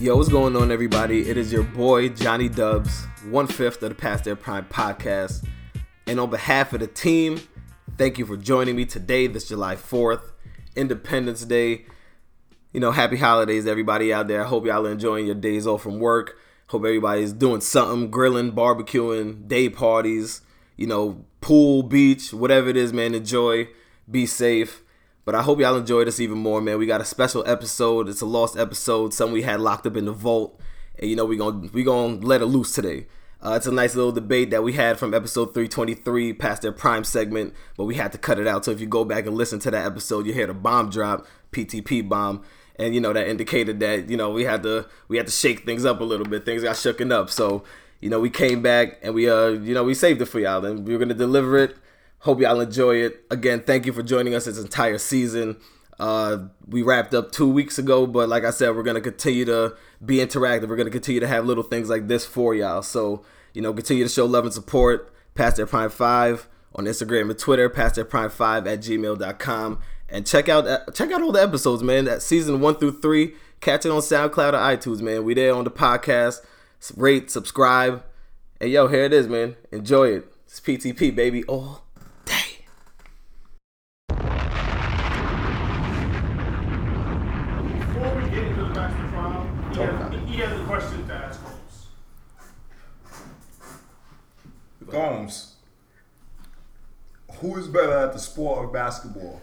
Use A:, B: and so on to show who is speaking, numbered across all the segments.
A: Yo, what's going on, everybody? It is your boy Johnny Dubs, one fifth of the Past Their Prime podcast, and on behalf of the team, thank you for joining me today, this July Fourth, Independence Day. You know, happy holidays, everybody out there. I hope y'all are enjoying your days off from work. Hope everybody's doing something, grilling, barbecuing, day parties, you know, pool, beach, whatever it is, man. Enjoy, be safe. But I hope y'all enjoyed this even more, man. We got a special episode. It's a lost episode, something we had locked up in the vault, and you know we gonna we gonna let it loose today. Uh, it's a nice little debate that we had from episode 323 past their prime segment, but we had to cut it out. So if you go back and listen to that episode, you hear the bomb drop, PTP bomb, and you know that indicated that you know we had to we had to shake things up a little bit. Things got shooken up, so you know we came back and we uh you know we saved it for y'all, and we were gonna deliver it. Hope y'all enjoy it. Again, thank you for joining us this entire season. Uh, we wrapped up two weeks ago, but like I said, we're gonna continue to be interactive. We're gonna continue to have little things like this for y'all. So you know, continue to show love and support. Past their prime five on Instagram and Twitter. Past their prime five at gmail.com. And check out uh, check out all the episodes, man. That season one through three. Catch it on SoundCloud or iTunes, man. We there on the podcast. Rate, subscribe, and yo, here it is, man. Enjoy it. It's PTP, baby. Oh.
B: Before we get into the master file, he has, he E has a question to ask Holmes.
C: Gomes, who is better at the sport of basketball,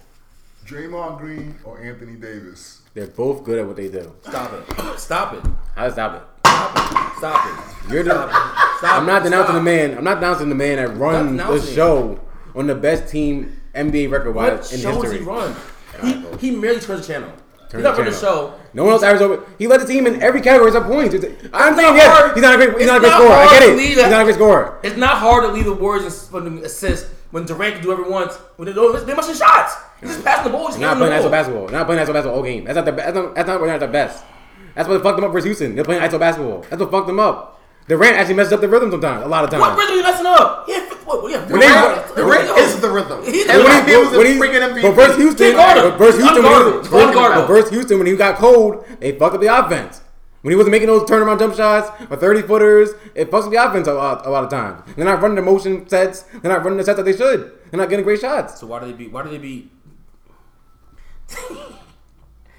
C: Draymond Green or Anthony Davis?
D: They're both good at what they do.
E: Stop it. Stop it.
D: How does that happen?
E: Stop it.
D: You're
E: Stop
D: the,
E: it. Stop
D: I'm not
E: it.
D: denouncing
E: Stop.
D: the man. I'm not denouncing the man that runs the
E: denouncing him.
D: show on the best team NBA record
E: What
D: wise in
E: show
D: history.
E: does he run? He, he merely turns the channel.
D: Turn
E: he's not
D: the
E: running the
D: channel.
E: show.
D: No one else averaged over. He led the team in every category except points. It's- I'm saying
E: not
D: yes.
E: hard.
D: He's not a great. He's
E: It's
D: not a great
E: not
D: scorer. I
E: hard
D: get
E: to
D: it.
E: lead
D: He's
E: a-
D: not a great scorer.
E: It's not hard to lead the Warriors in in assists when Durant can do every once. When they don't, they must have shots. He's just passing the ball. Just
D: They're not
E: giving
D: playing
E: them
D: ISO
E: the ball.
D: basketball. They're not playing ISO basketball all game. That's not the. That's not. That's not what they're at the best. That's what fucked them up versus Houston. They're playing ISO basketball. That's what fucked them up. Durant actually messes up the rhythm sometimes. A lot of times.
E: What rhythm are you messing up? Yeah, what? what yeah,
D: When they-
E: Durant-
D: Durant
E: Durant-
F: is the rhythm.
E: He's
F: And
D: But
E: the
F: when
E: rhythm.
F: he- was a
D: when he-
F: freaking MVP.
D: But versus Houston,
E: Can't guard him.
D: but versus
E: He's
D: Houston, when he,
E: unguardable. He's
D: but
E: unguardable.
D: versus Houston, when he got cold, it fucked up the offense. When he wasn't making those turnaround jump shots or thirty footers, it fucks up the offense a lot, a lot of times. They're not running the motion sets. They're not running the sets that they should. They're not getting great shots.
E: So why do they beat? Why do they beat?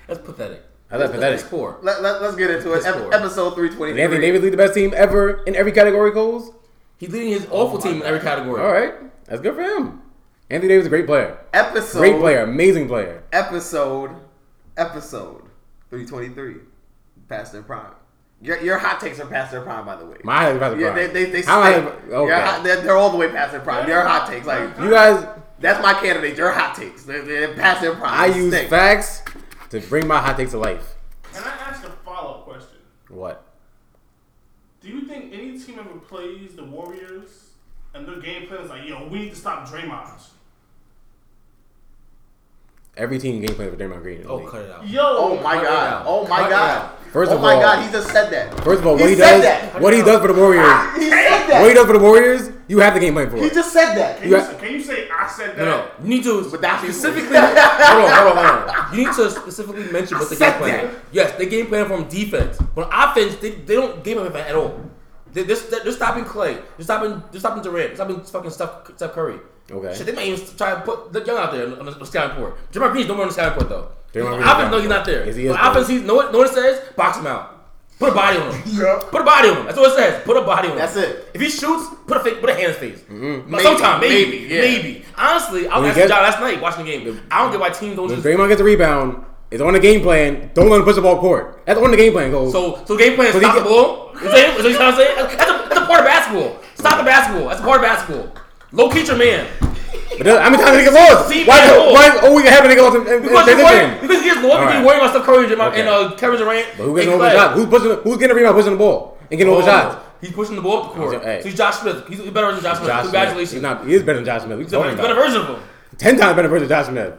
E: That's pathetic.
D: How's that pathetic?
E: That's poor.
F: Let, let, us get into it.
E: Let's
F: Ep-
E: score.
F: episode three
D: Did Anthony
F: twenty.
D: Davis lead the best team ever in every category, goals.
E: He's leading his awful team in every category.
D: All right, that's good for him. Anthony Davis is a great player,
F: Episode.
D: great player, amazing player.
F: Episode. Episode three twenty three. Past their prime. Your, your hot takes are past their prime, by the way.
D: My highlight about the
F: yeah, they
D: prime.
F: they, they
D: How I-
F: stink. Your
D: okay.
F: hot- they're, they're all the way past their prime. Your hot takes, like
D: You guys,
F: that's my candidate. Your hot takes, they're, they're past their prime.
D: I
F: They
D: use
F: stink.
D: facts to bring my hot take to life.
B: Can I ask a follow up question?
D: What?
B: Do you think any team ever plays the Warriors and their game plan is like, yo, we need to stop Draymond?
D: Every team game plan with Draymond Green. in the
E: Oh,
D: league.
E: cut it out.
B: Yo,
F: Oh my
E: Cut it
F: god!
E: out.
F: Oh my
E: Cut it
F: god!
E: out.
D: First
F: oh
D: of
F: my
D: all-
F: god! He just said that.
D: First of all, what he,
F: said
D: does,
F: that.
D: what he does for the Warriors,
F: He said
D: what he
F: that.
D: does for the Warriors, you have the game plan for
F: He
D: it.
F: just said that.
B: Can you,
D: Yeah.
B: say- can you say I said that?
E: No, no. You need to
F: But that's
E: specifically. hold on, hold on, hold on. You need to specifically mention what the game
F: said
E: plan.
F: that.
E: is. Yes, they game plan from defense. But on offense, they, they don't game plan at all. They, they're, they're stopping Clay. They're stopping. They're stopping Durant. They're stopping fucking Steph, Steph Curry.
D: Okay.
E: Shit, they might even try to put the young out there on the, on the scouting report. Draymond Green's nowhere on the scouting report though.
D: Draymond
E: On
D: Green's
E: offense,
D: not.
E: no, he's not there.
D: Yes, he is,
E: On offense,
D: though.
E: he's no one. No one says box him out. Put a body on him.
C: Yeah.
E: Put a body on him. That's what it says. Put a body on him.
F: That's it.
E: If he shoots, put a fake, put a hand in his face.
D: Mm-hmm.
F: Maybe,
E: Sometime, maybe,
F: maybe, yeah.
E: maybe. Honestly, I
D: When
E: was
D: he
E: asking
D: gets-
E: John last night watching the game. I don't get why teams don't
D: When
E: just.
D: Draymond gets a rebound, it's on the game plan. Don't let him push the ball court. That's on the game plan, goals.
E: So, so game plan is
D: But he
E: stop the
D: get-
E: ball. Is that is that what you're trying to say? That's a, that's a part of basketball. Stop the basketball. That's a part of basketball. Low key your man.
D: but that- how many times did he get lost?
E: See,
D: Why,
E: man,
D: why is always happening to get lost in, in, in
E: Because you're worried,
D: transition?
E: because you're worried,
D: Alright.
E: you're worried about Steph Curry and, Draymond-
D: Okay.
E: and uh, Kevin Durant.
D: But who getting
E: and
D: over
E: Clay.
D: shots? Who's pushing? Who's getting a rebound, pushing the ball, and getting
E: Oh,
D: over shots?
E: He's pushing the ball up the court.
D: Hey.
E: So he's Josh Smith. He's better than Josh Smith.
D: Josh Smith.
E: Congratulations.
D: He's not. He is better than Josh Smith. We
E: He's a
D: talking
E: better
D: about
E: version of him.
D: ten times better version than Josh Smith.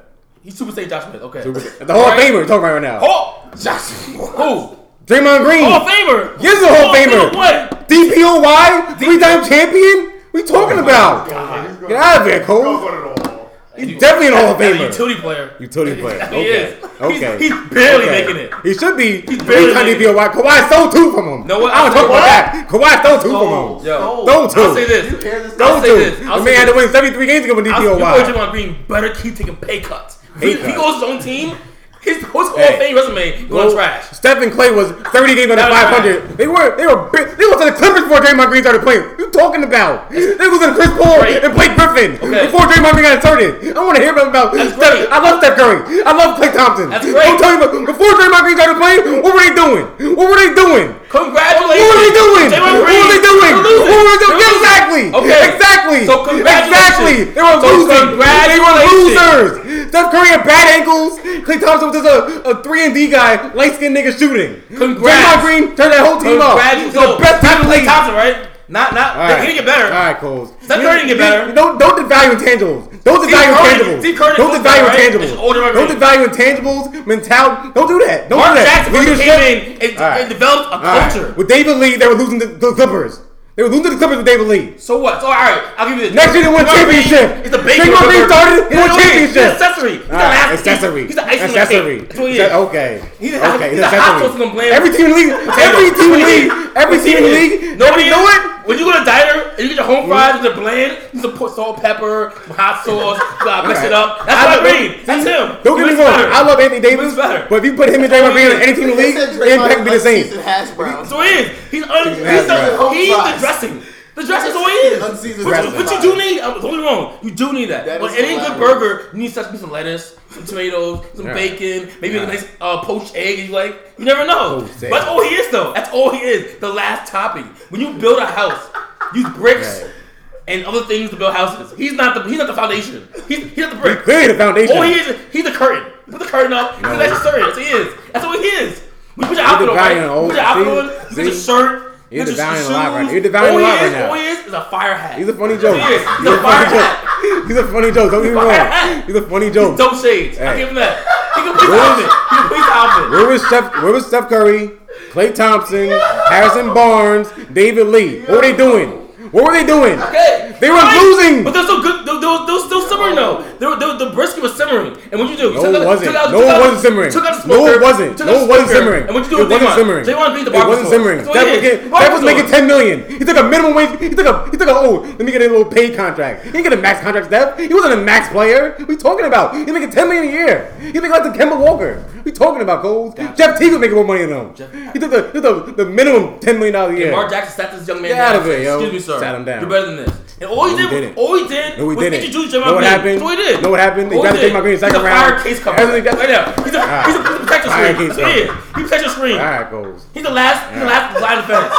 E: He's Super Saiyan Josh Smith. Okay.
D: The Hall of Famer we're talking about right now.
E: Oh, Josh. Who?
D: Draymond Green,
E: Hall of Famer.
D: He is a Hall of Famer.
E: What?
D: DPOY, three-time champion. We talking about?
E: Oh
C: He's gonna-
D: Get out of here,
C: He's
D: Cole.
C: gonna win it all.
D: He's definitely an Hall of
E: He's a
D: Famer.
E: utility player.
D: Utility player.
E: He is.
D: Okay. Okay.
E: He's, he's barely
D: Okay.
E: making it.
D: He should be. He's
E: barely
D: barely trying to
E: making
D: be a white. Kawhi stole two from him.
E: Know what?
D: I don't talk about
E: What?
D: that. Kawhi stole two
F: Oh,
D: from him.
E: Yo.
D: Don't do.
E: I'll say
F: Do you
E: this.
F: hear this?
D: Stole
E: I'll say
D: two.
E: this. I'll
D: The
E: say
D: man had to
E: this.
D: win 73 games to get
E: I'll say this.
D: DPOY.
E: Draymond Green better keep taking pay cuts. If he,
D: Pay
E: if he
D: cuts.
E: goes to his own team, his, his Hall
D: Hey.
E: of Fame resume going trash.
D: Steph and Clay was 30 games under
E: That was
D: 500. They were they were bi- they went to the Clippers before Draymond Green started playing. What you talking about? They was in Chris Paul
E: Great.
D: and Blake Griffin
E: Okay.
D: before Draymond Green got inserted. I want to hear about
E: That's
D: Steph.
E: great.
D: I love Steph Curry. I love Clay Thompson.
E: That's
D: Don't
E: great.
D: tell me about before Draymond Green started playing. What were they doing? What were they doing?
E: Congratulations.
D: What are they doing?
E: Draymond
D: What
E: Green,
D: are they doing?
E: they're losing.
D: What are they doing?
E: They're losing.
D: Exactly.
E: Okay.
D: Exactly.
E: So congratulations.
D: Exactly. They were
E: So
D: losing. They were
E: congratulations.
D: losers. Steph Curry had bad ankles. Clay Thompson was just a, a three and D guy, light skinned nigga shooting.
E: Congrats.
D: Draymond Green turned that whole team up. He's
E: Congratulations.
D: the best type of
E: Clay
D: league.
E: Thompson, right? Not, not. He didn't get better.
D: All right, Coles.
E: Steph
D: You-
E: Curry didn't get
D: you-
E: better.
D: Don't don't devalue intangibles. Don't devalue
E: Curry-
D: intangibles.
E: Steve Curry
D: don't
E: was
D: devalue
E: better, right?
D: intangibles.
E: It's older than
D: Don't
E: me.
D: devalue intangibles. Mentality. Don't do that. Don't
E: Mark
D: do that.
E: Jackson first
D: Leadership.
E: came in and,
D: All right.
E: and developed a
D: All right.
E: culture.
D: With David Lee, they were losing to the Clippers. They were losing to the Clippers with David Lee.
E: So what? So all right, I'll give you this.
D: Next year they won
E: You know what I mean?
D: championship.
E: It's the bacon.
D: Draymond
E: of the
D: Green
E: burger.
D: started,
E: You
D: won
E: know what I mean?
D: championship.
E: He's an accessory.
D: All
E: He's the
D: right,
E: last
D: accessory.
E: He's the icing
D: accessory.
E: On the cake. That's what he
D: Acce-
E: is.
D: Okay.
E: He's a-
D: okay.
E: he's a hot sauce and blame.
D: Every team in the league. Every team in the league. Every team in the league.
E: Nobody
D: Nobody know it.
E: When you go to a diner and you get your
D: Mm-hmm.
E: home fries, they're bland. You just put salt, pepper, hot sauce. You gotta mix
D: All
E: it
D: right.
E: up. That's
D: love-
E: what I mean. That's him.
D: Don't
E: He
D: get me
E: makes
D: wrong.
E: it better.
D: I love Anthony Davis,
E: makes better.
D: but if you put him and Draymond Green in any team in the league,
F: Said
D: the impact
F: Draymond
D: would be the
F: unseasoned
D: same.
F: Hash browns.
E: So he is. He's un- he's,
D: That's
E: the,
F: right.
E: he's the
F: Unfries.
E: dressing. The dressing is all he is.
F: Unseasoned
E: But, you-
F: dressing.
E: but you do need. uh, Don't get me wrong. You do need that.
F: That
E: but
F: is
E: any good
F: hilarious.
E: burger, you need such some lettuce, some tomatoes, some
D: Yeah.
E: bacon, maybe
D: Yeah.
E: a nice uh, poached egg. You like. You never know.
D: Poached
E: But
D: egg.
E: that's all he is, though. That's all he is. The last topping. When you build a house, use bricks.
D: Right.
E: And other things to build houses. He's not the he's not the foundation. He's, he's not the brick.
D: Clearly, the foundation.
E: All he is, he's the curtain. Put the curtain up. No. That's the That's what he is. That's what he is. We put your outfit on,
D: devaluing
E: right?
D: an
E: You
D: old-
E: put your outfit on.
D: see?
E: You put your
D: See?
E: shirt.
D: You're
E: you put your
D: devaluing
E: shoes.
D: a lot right now. You're devaluing
E: All
D: a
E: he
D: lot right
E: is-
D: now.
E: All he is is a fire hat.
D: He's a funny joke.
E: He is. He's
D: He's
E: a
D: a funny
E: fire hat.
D: joke. He's a funny joke. Don't get me wrong. He's a funny joke.
E: Dope shades. I
D: Hey.
E: give him that. He can please outfit. He can please outfit.
D: Where was Steph? Where was Steph Curry, Klay Thompson, Harrison Barnes, David Lee? What were they doing? What were they doing?
E: Okay.
D: They were
E: Right.
D: losing.
E: But they're still good. They're, they're, they're still simmering though. They're, they're, the brisket was simmering. And what you do?
D: No,
E: Took
D: it
E: out-
D: wasn't.
E: took out-
D: No,
E: took
D: it
E: out-
D: wasn't simmering.
E: Took out the
D: No,
E: smoker,
D: it wasn't.
E: took out
D: No,
E: the
D: it wasn't
E: smoker.
D: simmering.
E: And what you do
D: It
E: with
D: wasn't
E: Draymond?
D: simmering.
E: Draymond beat the
D: It wasn't simmering.
E: That's what
D: Steph
E: he
D: was,
E: is.
D: getting, Steph was
E: Barbershop.
D: making ten million. He took a minimum wage. He took a. He took a. Oh, let me get a little pay contract. He didn't get a max contract. Steph. He wasn't a max player. What are you talking about? He's making ten million a year. He's making like the Kemba Walker. What are you talking about, Coles? Jeff Teague was making more money than him. he took the, he took the, the minimum ten million dollars a year.
E: Mark Jackson sat this young man
D: Get
E: down.
D: out of it, yo.
E: Excuse me, sir.
D: Sat him down.
E: You're better than this. And all he
D: No,
E: did,
D: we didn't.
E: all he did,
D: No, we
E: was
D: didn't.
E: introduce
D: Know
E: Draymond
D: what
E: Green.
D: happened?
E: That's all he did.
D: Know what happened? They
E: All
D: drafted
E: did.
D: Draymond Green
E: He's
D: second
E: a fire
D: round.
E: case cover.
D: Everything- Ah.
E: Right now, he's a
D: right.
E: he's a, he's a protector
D: Fire
E: screen.
D: case
E: That's what he is.
D: cover.
E: He protects your screen.
D: All right, Coles.
E: He's the last. He's the last line of defense.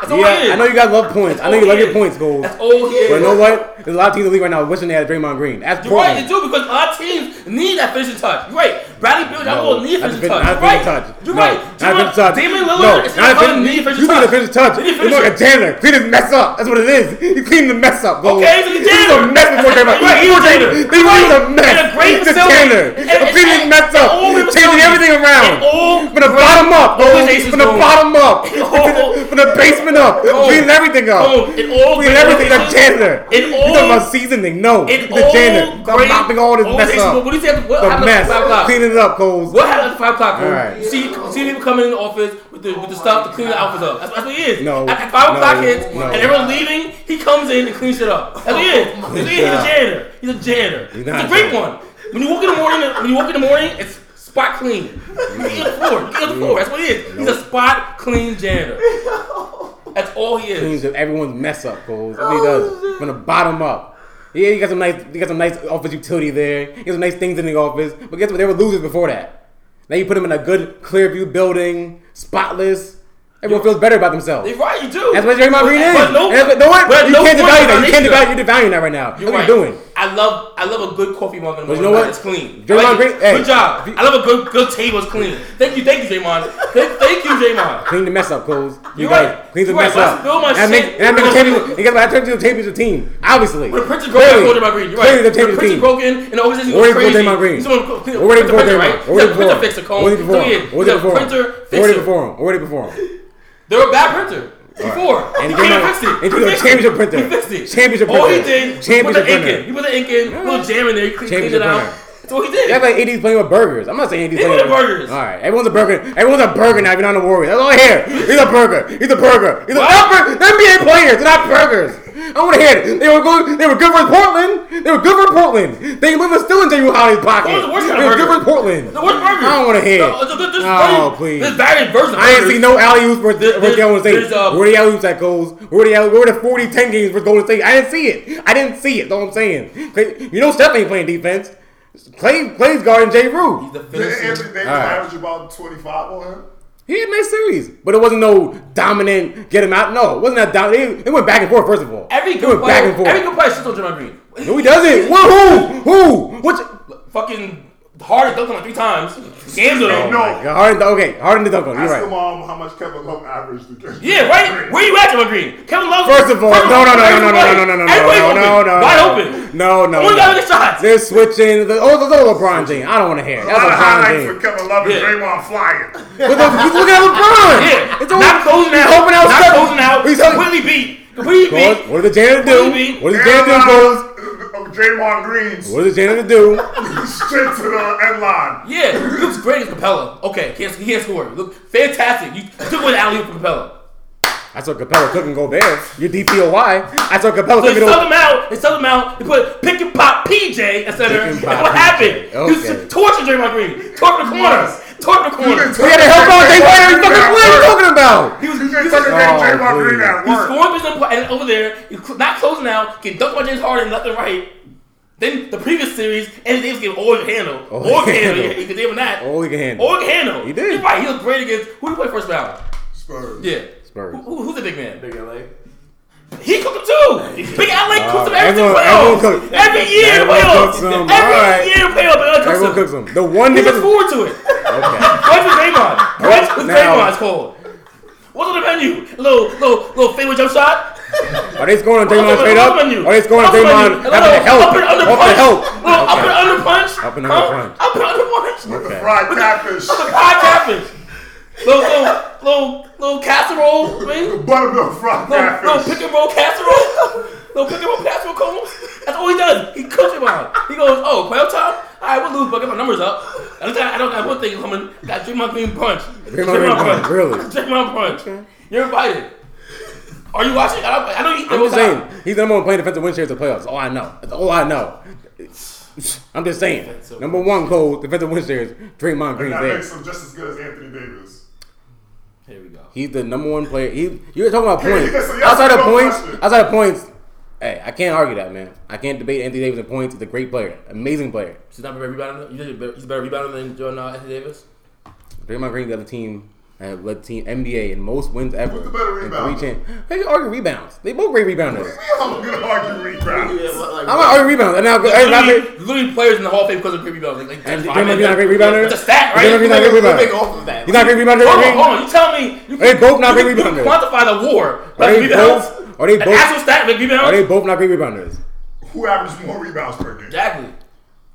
E: That's all he is.
D: Ah. Yeah, I know you guys love points. I know
E: all
D: you love
E: he
D: your
E: is.
D: points, Coles.
E: That's all he is.
D: But you know what? There's a lot of teams in the league right now wishing they had Draymond Green. That's
E: You're
D: Portland.
E: right, they do because a lot of teams need that finishing touch. You're right. Bradley Beal, y'all will need
D: not
E: finishing
D: fin-
E: touch.
D: not
E: You're right.
D: finishing touch.
E: You're
D: No,
E: right.
D: Not
E: Jamar-
D: finishing touch.
E: Damon
D: No,
E: Lillard is
D: not
E: not
D: finishing
E: going to need finishing
D: You
E: touch.
D: need a finishing touch.
E: They need
D: You're like a
E: finishing.
D: janitor. Clean his mess up. That's what it is. You clean the mess up, bro.
E: Okay, so he's a janitor.
D: He's a mess before Draymond.
E: Right, he's a
D: Before
E: janitor.
D: Draymond- Draymond is a
E: Right.
D: mess.
E: In a great
D: He's a
E: facility.
D: janitor.
E: And-
D: A
E: and-
D: cleaning
E: and-
D: mess
E: and
D: up.
E: all the
D: Changing
E: facilities.
D: everything around.
E: And all
D: From the bottom up, bro.
E: organizations
D: From the
E: going.
D: bottom up.
E: Oh.
D: From the basement up.
E: Oh.
D: Cleaning everything up.
E: Oh, in all
D: Cleaning
E: great
D: everything. The
E: organizations.
D: janitor.
E: In
D: You talking
E: all-
D: about seasoning? No.
E: In
D: The
E: all
D: janitor.
E: great
D: I'm mopping all this mess
E: organizations,
D: up.
E: but What do you say? after- What
D: The
E: happened at
D: mess.
E: five o'clock?
D: Cleaning it up, Coles.
E: What happened at five o'clock? bro?
D: All right.
E: You see, you see people coming in the office with the with the stuff to clean the outfits up. That's, that's what he is.
D: No.
E: At, at five
D: No.
E: o'clock hits
D: No.
E: and everyone's leaving, he comes in and cleans shit up. That's what he is. That's what he is. He's a janitor. He's a janitor. He's,
D: not
E: a great
D: a
E: one. When you walk in the morning, when you walk in the morning, it's spot clean. You get the floor. You get the floor. That's what he is. He's a spot clean janitor. That's all he is.
D: cleans up everyone's mess up, Coles.
E: Oh,
D: That's what he does. From the bottom up. Yeah, you got some nice you got some nice office utility there. You got some nice things in the office. But guess what? They were losers before that. Now you put them in a good clear view building, spotless. Everyone feels better about themselves.
E: You're right, you do.
D: That's what Draymond Green is.
E: But no,
D: And that's what- know what?
E: but
D: you
E: no
D: can't
E: point
D: devalue that. You can't
E: foundation.
D: devalue. You're devaluing that right now.
E: You're
D: what
E: right.
D: are you doing?
E: I love I love a good coffee mug in the
D: But
E: morning.
D: you know what?
E: It's clean.
D: Draymond
E: I like
D: Green-
E: it.
D: hey.
E: Good job. I love a good good table. It's clean. Thank you, thank you, Draymond. thank, thank you, Draymond.
D: Clean the mess up, Coles. You
E: You're
D: gotta
E: right.
D: Clean the
E: You're right,
D: mess
E: but I
D: up.
E: spill my
D: and that
E: shit.
D: make, and that make
E: You're
D: a
E: gonna-
D: champion. And guess what? I turned into a championship team. Obviously.
E: When the Prince is
D: Clearly.
E: broken, Draymond Green. You're
D: Clearly the
E: right. When
D: champion
E: the Prince is
D: team.
E: broken and the organization
D: Where
E: goes
D: did he put
E: crazy.
D: Draymond Green?
E: He's gonna clean-
D: Where did
E: Prince
D: he perform?
E: Prince, right?
D: Where did he
E: He's a printer
D: perform?
E: fixer, Cole.
D: Where did he
E: That's what he
D: perform?
E: is.
D: Where did he
E: He's a
D: perform?
E: printer
D: Where did he
E: fixer.
D: perform? Where did he perform?
E: They're a bad printer. Before.
D: And he
E: he
D: came
E: came
D: out-
E: fixed it.
D: and he did a
E: fixed
D: championship
E: it.
D: printer.
E: He fixed it.
D: Championship
E: All he
D: printer.
E: did was
D: Championship
E: put the ink
D: printer.
E: in. He put the ink in, little jam in there, he cleaned
D: Championship
E: it out.
D: printer.
E: That's what he did.
D: That's like 80s playing with burgers. I'm not saying 80s
E: They
D: playing
E: were the burgers.
D: All right, everyone's a burger. Everyone's a burger now, even on the Warriors. That's all I hear. He's a burger. He's a burger. He's a burger. NBA players. They're not burgers. I want to hear it. They were good. They were good for Portland. They were good for Portland. They live still in J.U. Holly's pocket.
E: What was the worst kind
D: they
E: of
D: were good
E: burger?
D: for Portland.
E: The worst burger.
D: I don't want to hear.
E: No,
D: it.
E: th- th- this
D: oh
E: variant-
D: please.
E: This variant version of
D: I ain't
E: burgers.
D: seen no alley oops for,
E: There-
D: for
E: there's-
D: Golden State.
E: there's, uh,
D: where the alley oops that goes? Where the alley, where the 40 10 games for Golden State? I didn't see it. I didn't see it. That's all I'm saying. Clay- You know Steph ain't playing defense. Clay plays guarding Jay Rue.
E: The
C: Didn't
E: finishing.
C: Anthony Davis
D: All right.
C: average about 25 on him?
D: He had a nice series, but it wasn't no dominant get him out. No, it wasn't that dominant. It, it went back and forth. First of all,
E: Every
D: it
E: good
D: went back
E: player,
D: and forth.
E: every good player shits on Draymond Green.
D: no, he doesn't. Well, who? Who? Which?
E: Fucking Harden dunked him like three times. Scams it
C: Hey,
E: all.
C: no.
D: Harden. Okay, Harden did dunk on. him, Oh You're
C: Ask your
D: right.
C: mom how much Kevin Love averaged against
E: Yeah, right? Where you at, Draymond Green? Kevin Love.
D: First of all,
E: First
D: no, no, no, no, no, no,
E: everybody-
D: no, no, no, no,
E: everybody's
D: no,
E: open.
D: no, no,
E: Wide
D: no.
E: open.
D: No, no.
E: Only
D: no.
E: guy with the shots.
D: They're switching. The, oh, the little LeBron James. I don't want to hear.
C: A
D: it.
C: lot of
D: That's LeBron
C: highlights for
D: James.
C: Kevin Love and
E: Yeah.
C: Draymond flying.
D: But the, he's looking at LeBron.
E: Yeah,
D: It's
E: it's
D: all-
E: not closing
D: he's
E: out.
D: Hoping out.
E: not
D: seven.
E: closing out.
D: He's
E: He's
D: hoping.
E: completely beat. Completely
D: What,
E: beat.
D: what did the janitor do?
E: Maybe.
D: What did the janitor do?
C: Draymond,
D: Coles?
C: uh, Draymond Green's
D: What did the janitor do?
C: straight to the end line.
E: Yeah, he looks great as Capella. Okay, can't he can't score. Look fantastic. You took away the alley from Capella.
D: I saw Capella cooking Gobert. Your DPOY. I saw Capella
E: They
D: cooking
E: subbed him out. They subbed him out. They put pick and pop PJ instead of
D: Pick and
E: and
D: pop
E: what
D: PJ.
E: happened? He was
D: Okay.
E: torching Draymond Green. Torching the corners. Torching the corners.
D: We had to help out. They played. What are you talking about?
C: He was he just talking about
D: Oh,
C: Draymond Green
D: please.
C: at
E: He's
C: work.
E: scoring position pl- and over there, he's cl- not closing out, getting dunked by James Harden left and right. Then the previous series, Anthony Davis gave all he could handle.
D: All
E: All
D: he could
E: he could handle.
D: handle.
E: He could even that.
D: All he can handle.
E: All he could handle.
D: Oh, He did.
E: He's right. He was great against who he played first round.
C: Spurs.
E: Yeah.
D: Spurs.
E: Who, who- who's the big man?
F: Big LA.
E: He cooked him too. Big LA cooks him every
D: everyone- everyone
E: playoffs.
D: cooks-
E: Every year in the
D: everyone cooks
E: playoffs.
D: him.
E: Every
D: Alright.
E: year in the playoffs. Big
D: Everyone
E: LA
D: cooks
E: cooks him.
D: him. The one
E: He looks
D: nigga.
E: forward to it.
D: Okay.
E: Brunch with Draymond. Brunch with
D: Now-
E: Draymond is called. What's on the menu? Little, little, little favorite jump shot?
D: Are they scoring on Draymond
E: What's
D: straight up?
E: on the
D: Are
E: menu?
D: they scoring on
E: What's on
D: Draymond
E: the menu?
D: having to help?
E: Up and under
D: Off the
E: punch.
D: help.
E: Little up and under punch.
D: Up and under
E: Huh?
D: punch.
E: Up and under punch.
C: The
D: Okay.
C: fried catfish.
E: The pie happens. Little, little, little, little casserole
C: The
E: thing.
C: buttermilk fried
E: Little, little
C: catfish.
E: pick and roll casserole. little pick and roll casserole cones. That's all he does. He cooks him out. He goes, oh, playoff time? All right, we'll lose, but get my numbers up. I don't, I don't got one thing coming. Got Draymond Green punch.
D: Draymond Green punch, really?
E: Draymond punch. You're invited. Are you watching? I, don't, I know you.
D: I'm just saying. He's the number one player defensive win share in the playoffs. That's all I know. That's all I know. I'm just saying. Number one goal defensive win shares. Draymond Green's
C: That
D: there.
C: makes him just as good as Anthony Davis.
E: Here we go.
D: He's the number one player. He, you're talking about points.
C: Yeah, so y'all
D: outside of
C: still
D: points,
C: question.
D: outside of points, hey, I can't argue that, man. I can't debate Anthony Davis in points. He's a great player, amazing player.
E: He's not a better rebounder. You think he's a better- He's a better rebounder than Jordan uh, Anthony Davis.
D: Draymond Green got the team, uh, led the team NBA in most wins ever.
C: Who's the better
D: And
C: rebounder?
D: Three champ- I can argue rebounds. They both great rebounders.
C: I'm gonna argue rebounds.
D: I'm gonna argue rebounds. And now, hey,
E: Literally,
D: Robert,
E: literally players in the Hall of Fame because of great rebounders. Like, like
D: And Draymond
E: Dennis Rodman.
D: Green not a great rebounder?
E: It's a stat, right?
D: Draymond Green not a great
F: Living
D: rebounder.
F: off of that.
D: He's not a great rebounder. Draymond
E: Hold on,
D: Green?
E: hold on. You tell me. You
D: They both not
E: you
D: great
E: can- you
D: rebounders.
E: can quantify the war.
D: Are
E: Like
D: they
E: rebounds.
D: both? Are they
E: An actual
D: both?
E: stat like rebounds.
D: Are they both not great rebounders?
C: Who averaged more rebounds per game?
E: Exactly.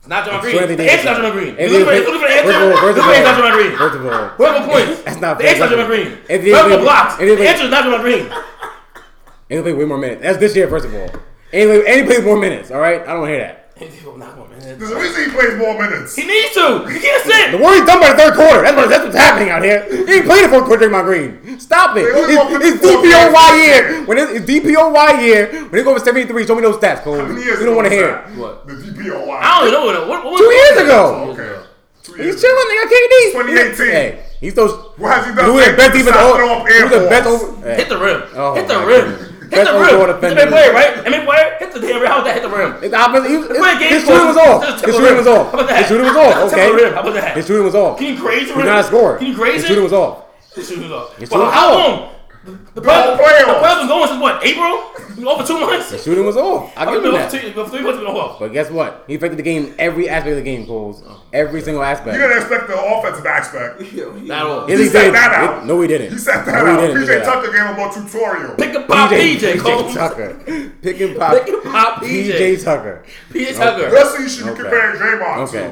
E: It's not John Green.
D: Anthony
E: The
D: Davis.
E: answer's not John Green. You
D: Anthony
E: look for
D: Davis-
E: you look for the answer.
D: first of all- first of all-
E: Look for the answer, John Green.
D: First of all,
E: Whoever points.
D: That's not
E: The
D: fair.
E: answer's not John Green.
D: Anthony
E: Whoever
D: Davis-
E: blocks.
D: Anthony
E: The
D: Davis-
E: answer's not John Green.
D: and he played way more minutes. That's this year, first of all. And he played, and he played more minutes. All right, I don't hear that.
C: There's a reason he plays more minutes.
E: He needs to. He can't
D: The
E: sit.
D: Warriors done by the third quarter. That's, what, that's what's happening out here. He ain't played the fourth quarter, Draymond Green. Stop it.
C: only won
D: It's, it's
C: 54
D: DPOY
C: games.
D: year. When it's, it's DPOY year, when they go over 73, show me those stats, Cole.
C: many
D: You
C: years
D: don't want to
C: ago
D: hear
C: was
D: it.
C: that?
E: What?
C: The DPOY.
E: I don't even know what. what, what
D: Two years ago.
C: Okay. Two years
D: He's
C: ago.
D: chilling. They got KD.
C: 2018.
D: Hey, he's so.
C: What has he done?
D: Who is the best defense?
C: Besides
D: of all-
C: throw up
D: Who's
C: air
D: the best
C: balls.
D: over?
E: Hit
D: Hey,
E: the rim.
D: Oh,
E: hit the
D: my
E: rim.
D: goodness.
E: Hit
D: Best
E: the
D: overall
E: rim. It's
D: defender.
E: a big player, right? I mean, player. Hit the damn rim. How about that? Hit the rim.
D: His offense, he,
E: It's like
D: his,
E: a game
D: his shooting was
E: close.
D: off.
E: It's a
D: His
E: tip
D: shooting
E: of
D: was
E: the rim.
D: off.
E: How about
D: His
E: that?
D: shooting was
E: It's a
D: off.
E: tip of the rim. How about
D: Okay.
E: that?
D: His shooting was off.
E: Can
D: He's
E: you graze the rim?
D: not a scorer.
E: Can you graze
D: His
E: it?
D: shooting was off.
E: His shooting was off.
D: shooting
E: Well,
D: was
E: how
D: off.
E: long? The, the, playoffs- the
C: playoffs.
E: playoffs been going since what? April? Over two months?
D: Shooting was off. I
E: I've
D: give
E: been
D: him
E: over
D: that.
E: two, over three months. Been off.
D: But guess what? He affected the game every aspect of the game, Coles. Every single aspect.
C: You didn't expect the offensive aspect.
E: Not all.
D: Yes,
C: He
D: he
C: set
D: did.
C: that out.
D: It- no, he didn't.
C: He set that
D: no,
C: out.
D: He didn't. do
C: PJ
D: that.
C: Tucker gave him a tutorial.
E: Pick a pop, PJ. Cole.
D: Tucker. Pick and pop.
E: Pick a pop,
D: PJ
E: PJ.
D: Tucker.
E: PJ Tucker.
C: That's who you should be
D: Okay.
C: comparing Draymond
D: Okay.
C: to.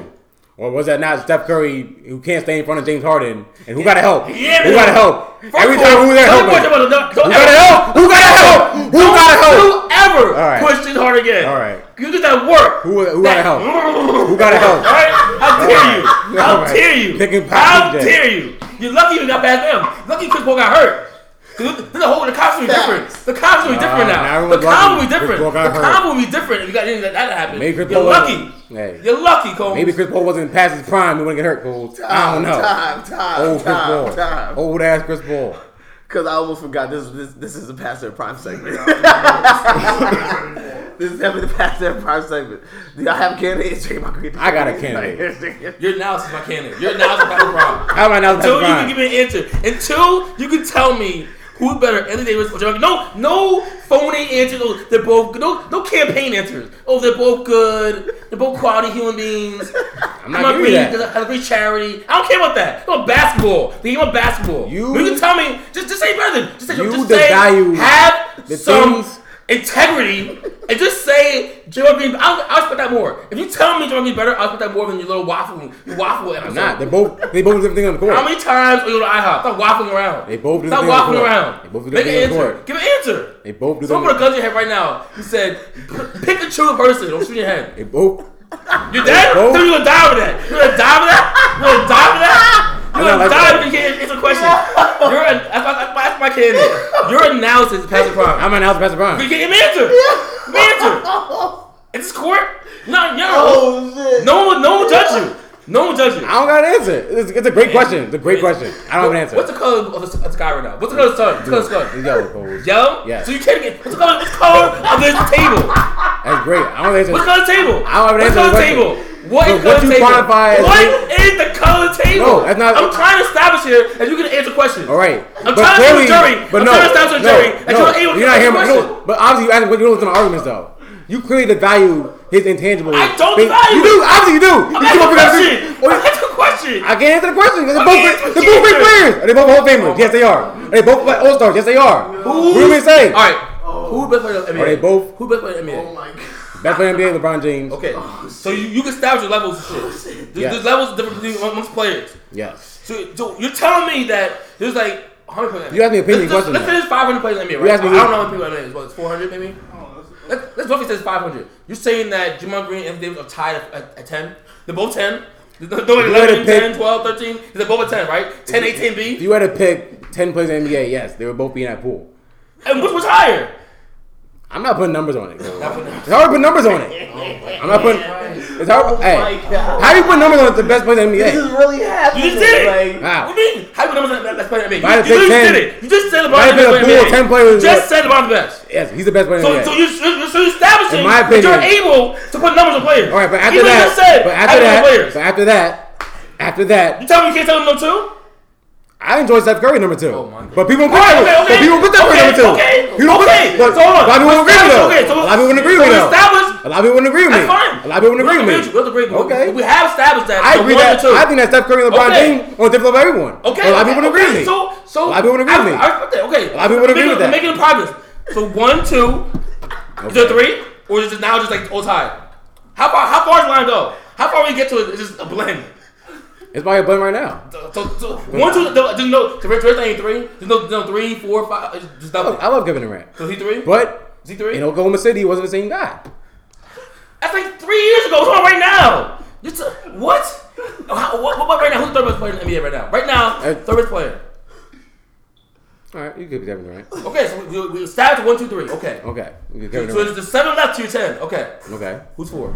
D: Or was that not Steph Curry who can't stay in front of James Harden? And who got to help?
E: Yeah,
D: who
E: man.
D: got to help?
E: First
D: Every
E: of
D: time
E: all,
D: who there
E: don't push
D: helping?
E: him on the- don't-
D: Who
E: don't
D: got to
E: ever-
D: help? Who got to help? Who
E: Don't
D: got to help?
E: You ever
D: All right.
E: push it hard again?
D: All right.
E: You did that work.
D: Who who got to
E: that,
D: help?
E: Who
D: Who got to help?
E: All right. How dare you?
D: All
E: How
D: right.
E: dare you?
D: Picking
E: How
D: pockets, Jay.
E: dare you? You're lucky you got bad them. Lucky Chris Paul got hurt. 'Cause The the whole the cops will be different. The cops will be different
D: Nah,
E: now.
D: everyone's
E: The cops will
D: lucky
E: be different.
D: Chris Paul got
E: The
D: hurt.
E: cops will be different if you got anything that that happened.
D: Maybe Chris
E: You're
D: Paul
E: lucky.
D: wasn't- Hey.
E: You're lucky, Cole.
D: Maybe Chris Paul wasn't past his prime. He wouldn't get hurt. Cole. I don't know.
F: Time, time,
D: Old Chris
F: time,
D: Paul.
F: time.
D: Old ass Chris Paul.
F: Because I almost forgot this this this is a past their prime segment. this is definitely the past their prime segment. Do y'all have candidates? Draymond Green.
D: I got a candidate.
E: Your analysis is my candidate. Your analysis is my problem.
D: How am I not past
E: Until you can
D: prime?
E: give me an answer. Until you can tell me who's better, Anthony Davis or Jamal. No, no phony answers. Oh, they're both no, no campaign answers. Oh, they're both good. They're both quality human beings. I'm
D: not
E: not
D: giving you
E: great.
D: that.
E: I'm a great charity. I don't care about that. It's about basketball. The game of basketball.
D: You-
E: can tell me. Just, just say better than. Just say.
D: You
E: just say.
D: devalue
E: Have
D: the
E: some
D: things-
E: integrity and just say Jamal Green. I'll, I'll expect that more. If you tell me Jamal Green better, I'll expect that more than your little waffle. You waffle.
D: I'm not. They both they both do everything on the court.
E: How many times are you on IHOP? Stop waffling around.
D: They both do
E: Stop
D: the thing on the
E: waffling
D: court.
E: around.
D: They both do the
E: Make an
D: thing on the
E: answer.
D: court.
E: Give an answer.
D: They both do
E: Someone put
D: the
E: a gun to your head right now. He said, "P- pick and choose a person. Don't shoot your head.
D: They both.
E: You're dead?
D: both-
E: Then you're gonna die with that. You're gonna die with that? You're gonna die with that?
D: I'm
E: You're
D: not like
E: gonna die
D: that.
E: if you can't answer a question. You're a, that's, my- that's my- that's my candidate. Your analysis is past the prime.
D: I'm an out past
E: You
D: prime.
E: can't give me an answer. Give me an answer. Is this court? No, no.
F: Oh shit.
E: No one would- no one will judge you. No one will judge you.
D: I don't got an answer. It's, it's a great question. It's a great question. I don't have an answer.
E: What's the color of the, of the sky right now? What's the color of the sun? What's the color of the sun?
D: It's yellow, Cole.
E: Yo?
D: Yes.
E: So you can't get what's the color, what's the color of this table?
D: That's great. I don't have an
E: What's
D: answer.
E: the color of the table?
D: I don't have an
E: what's the color of
D: answer
E: the
D: to
E: table?
D: the
E: What
D: So
E: is the
D: what
E: color
D: you
E: table?
D: qualify as-
E: What is the color table?
D: No, that's not-
E: I'm trying to establish here if you can answer questions.
D: All right.
E: I'm trying to
D: clearly-
E: tell the jury.
D: But
E: I'm
D: no,
E: trying to tell the
D: no,
E: jury that
D: No,
E: you're not able to
D: you're not
E: answer
D: hearing
E: the
D: my-
E: question.
D: no, But obviously, you asked, but you don't listen to arguments though. You clearly devalue his intangible.
E: I don't devalue
D: You do. Obviously, you do.
E: I'm
D: you come
E: asking a
D: up with
E: question.
D: everything-
E: I'm asking a question.
D: I can't answer the question. They're both,
E: Okay,
D: great-
E: answer
D: they're
E: the
D: both great
E: question.
D: players. Are they both Hall of Famers? Yes, they are. Are they both All Stars? Yes, they are.
E: Who-
D: What do we say?
E: All right. Who best player in the NBA?
D: Are they both-
E: Who best player in the NBA?
F: Oh my god.
D: Best player in NBA, LeBron James.
E: Okay, so you, you can establish your levels
F: Oh,
E: and shit. There's,
D: Yes.
E: there's levels different between amongst players.
D: Yes.
E: So, so you're telling me that there's like 100 players.
D: You asked me an opinion
E: let's, let's-
D: question
E: Let's
D: now.
E: say there's 500 players in the NBA,
D: You
E: right?
D: asked me
E: I don't
D: who-
E: know how many people in the NBA. It's, what, it's 400 maybe? Let's, let's roughly say it's 500. You're saying that Jamal Green and Davis are tied at, at, at 10? They're both 10? There's no- Nobody
D: You had to
E: 11,
D: pick-
E: 10, 12, 13? They're both at 10, right? 10, 8, 10,
D: If
E: B?
D: you had to pick ten players in the NBA, yes, they would both be in that pool.
E: And which was higher?
D: I'm not putting numbers on it. It's
E: That one-
D: hard to put numbers on it. I'm not putting. It's hard. hey,
F: my God.
D: how do you put numbers on it? The best player in the
F: This is
D: NBA.
F: really happening.
E: You just did it.
F: Like,
D: Wow.
E: What do you mean? How you put numbers on that player in the
D: Might
E: NBA?
D: have
E: You, you
D: picked
E: just
D: 10.
E: did it. You just said
D: Might
E: LeBron's
D: have
E: the
D: been
E: best
D: a pool
E: player
D: of
E: in the NBA.
D: 10 players.
E: Just said LeBron's the best.
D: Yes, he's the best player in the
E: So,
D: NBA.
E: so you so so you're establishing
D: In my
E: that you're
D: opinion.
E: able to put numbers on players.
D: All right, but after
E: Even
D: that,
E: just said,
D: but
E: I
D: after
E: put
D: that,
E: players.
D: but after that, after that,
E: you tell me you can't tell them no too.
D: I enjoy Steph Curry number two.
E: my God.
D: but people don't cry.
E: Okay, okay,
D: But people don't put Steph Curry
E: okay,
D: number two.
E: okay,
D: you don't
E: okay,
D: put, but
E: so hold on.
D: a lot of people won't agree with me.
E: Okay,
D: though.
E: so-
D: a lot of people won't agree
E: so
D: with me.
E: we
D: though.
E: established-
D: A lot of people wouldn't agree with me.
E: That's fine.
D: A lot of people wouldn't
E: We'll
D: agree with me.
E: you. We'll agree with you.
D: Okay.
E: We have established that.
D: I
E: the
D: agree
E: one
D: that
E: or two.
D: I think that Steph Curry and LeBron
E: Okay.
D: James on different level everyone.
E: Okay.
D: But a lot of people
E: okay,
D: wouldn't agree with
E: okay,
D: me.
E: So, so
D: a lot of people wouldn't agree with me.
E: I, I respect that. Okay.
D: A lot of people wouldn't agree with
E: Making-
D: that.
E: Making the progress. So one, two. Is there three, or is it now just like all tied? How far? How far is the line go? How far we get to it? It's just a blend.
D: It's probably a blend right now.
E: So, so, so one, two. there- There's no. There's ain't three. There's no. There's no three, four, five. It's just
D: I love,
E: nothing.
D: I love Kevin Durant,
E: So he three.
D: but
E: Is he three?
D: in Oklahoma City, he wasn't the same guy.
E: That's like three years ago. It's on right now. You t- what? How, what? What? What? Right now, who's the third best player in the NBA right now? Right now,
D: Uh,
E: third best player.
D: All right, you could be Kevin Durant.
E: Okay, so we, we established one, two, three. Okay.
D: Okay, you could be Kevin
E: So
D: Durant.
E: it's the seven left to your ten. Okay.
D: Okay,
E: Who's four?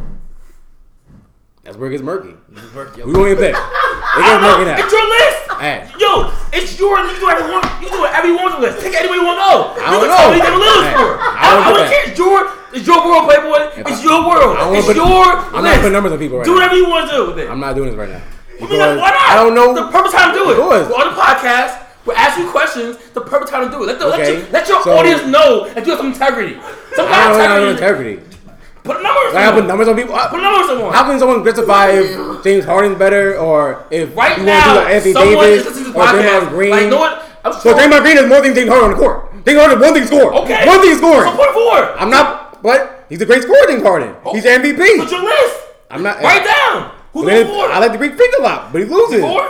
D: that's where it gets murky.
E: It's
D: We won't even pick. It gets murky now.
E: your list.
D: Hey.
E: Yo, it's your list. You do whatever you want. You do whatever you want on the list. Take it any way you want to go.
D: I don't
E: you can tell
D: know.
E: me they lose
D: Hey,
E: for.
D: I don't
E: I,
D: do
E: I, don't
D: that.
E: care. It's your, it's your world, Playboy.
D: If
E: It's
D: I-
E: your
D: I
E: world.
D: don't wanna
E: It's
D: put-
E: your
D: I'm not
E: list.
D: putting numbers on people right
E: do
D: now.
E: whatever you want to do with it.
D: I'm not doing this right now.
E: You mean like, why not?
D: I don't know.
E: the purpose how to do it.
D: Because-
E: We're on the podcast. We're asking questions. The purpose how to do it. Let, the,
D: Okay,
E: let, your, let your
D: so-
E: audience know that you have some integrity. Some
D: I
E: kind
D: don't
E: of
D: have
E: integrity.
D: integrity.
E: Put numbers.
D: Like I
E: on
D: put
E: it.
D: numbers on people.
E: Put
D: How
E: numbers on one.
D: can someone justify if James Harden's better or if
E: right
D: you want to
E: now,
D: do like Anthony
E: someone
D: Davis
E: is listening to this
D: or Draymond
E: podcast.
D: Green?
E: Like, you know what? I'm
D: So Draymond Green is more than James Harden on the court. James Harden is one thing score.
E: Okay.
D: One thing scoring.
E: So put four.
D: I'm not. What? He's a great scorer, James Harden. He's
E: Oh.
D: MVP.
E: Put your list.
D: I'm not.
E: Write it down. Who
D: But
E: knows
D: it-
E: more?
D: I like the Greek finger lock, but he loses.
E: Four?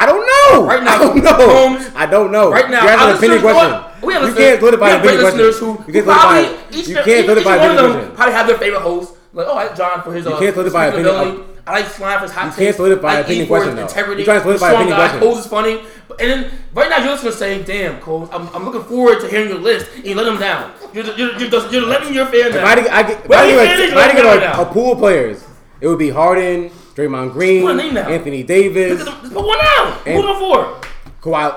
D: I don't know.
E: Right now,
D: I don't know.
E: Holmes,
D: I don't know.
E: Right now,
D: Oh, you guys
E: our
D: an opinion
E: listeners,
D: question.
E: what- We have
D: you
E: listeners.
D: can't solidify
E: we
D: an
E: have great
D: opinion question.
E: listeners who
D: you can't
E: probably
D: solidify.
E: each,
D: you
E: their-
D: can't
E: each, each
D: solidify
E: one
D: an
E: of
D: opinion
E: them
D: question.
E: probably have their favorite host. Like, oh, I like John for his. You uh,
D: can't solidify
E: speaking
D: opinion-
E: ability. I like Slime for his hot
D: You
E: takes.
D: can't solidify
E: I like
D: opinion
E: E for his
D: question, though.
E: Integrity.
D: You're trying to solidify
E: Strong
D: opinion
E: guy.
D: question.
E: Cole's is funny. But- And then right now you're just gonna say, "Damn, Cole, I'm, I'm looking forward to hearing your list." And you let them down. You're you're, you're, just, you're letting your fan
D: If I
E: down.
D: did- I get- if
E: Well,
D: I
E: you
D: get
E: can't
D: a-
E: even
D: if I
E: go
D: get
E: now.
D: a- a pool of players, it would be Harden, Draymond
E: Put a
D: Green,
E: name down.
D: Anthony Davis,
E: Just put one out.
D: And-
E: Who the four?
D: Kawhi.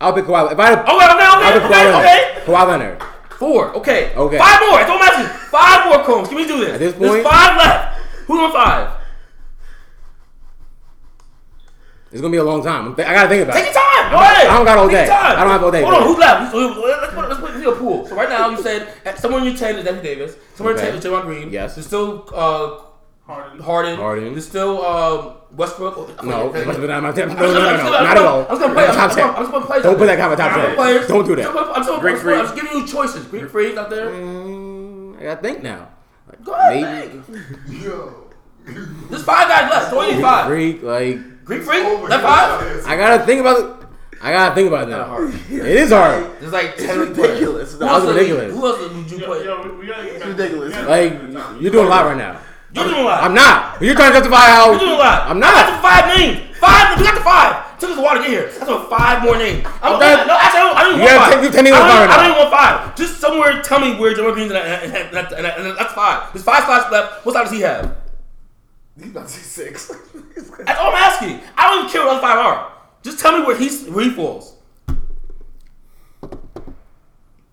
D: I'll pick Kawhi. If I had,
E: Oh, well,
D: I'll
E: okay,
D: pick
E: okay,
D: Kawhi
E: okay,
D: Leonard.
E: okay.
D: Kawhi Leonard.
E: Four. Okay.
D: Okay.
E: Five more. Don't matter. Five more combs. Can we do this?
D: At this
E: There's
D: point-
E: five left. Who's on five?
D: It's gonna be a long time. I'm th- I gotta think about
E: Take your
D: it.
E: time. Go ahead.
D: I don't got all
E: Take your
D: day.
E: time.
D: I don't have all day,
E: Hold on.
D: bro.
E: Who's left? Who's- who's- Let's put, let's put let's do a pool. So right now you said at- someone in your ten is Anthony Davis. Someone in
D: Okay.
E: your ten is Jalen Green.
D: Yes.
E: There's still uh,
B: Harden.
E: Harden.
D: Harden.
E: There's still um, Westbrook.
D: No,
E: Okay.
D: it must have been out of my top-
E: I'm
D: no,
E: just-
D: no, no,
E: I'm just-
D: no,
E: I'm
D: not
E: just-
D: at all.
E: I'm just gonna play. I'm
D: Top
E: just-
D: ten.
E: I'm just gonna play.
D: Don't put that guy in my top
E: I'm
D: ten.
E: just gonna play-
D: Don't do
E: I'm just
D: that.
E: gonna- I'm just
F: Greek
E: gonna play-
F: freak.
E: I'm just giving you choices. Greek freak out there.
D: Mm, I gotta think now.
E: Go ahead.
D: Maybe.
E: think.
C: Yo.
E: There's five guys left. Don't need five.
D: Greek, like
E: Greek freak?
C: Over
E: That
C: here.
E: five?
D: I gotta think about it. I gotta think about it now.
F: hard.
D: It is hard.
E: There's like
F: It's
E: ten
F: ridiculous.
E: Who
F: No,
E: else,
D: That was
E: would-
D: ridiculous.
E: who else would you
B: Yo,
E: put?
B: yo, we- we gotta get back-
F: ridiculous.
B: we gotta
D: Like
B: get back to the
D: you're doing a lot right now.
E: You're doing a lot.
D: I'm not. You're trying to justify how
E: You're doing a lot.
D: I'm
E: I got the
D: not.
E: five names. Five. We got the five. Took us a while to get here. That's a five more names. I'm,
D: That-
E: no, actually, I don't, I don't even
D: You
E: want
D: have
E: five.
D: ten- you have ten names
E: I don't,
D: on fire
E: I don't
D: now.
E: even want five. Just somewhere, tell me where Jamal Green's at, and, and, and, and, and, and that's five. There's five spots left. What side does he have?
F: He's about to say six.
E: That's all I'm asking. I don't even care what other five are. Just tell me where he's where he falls.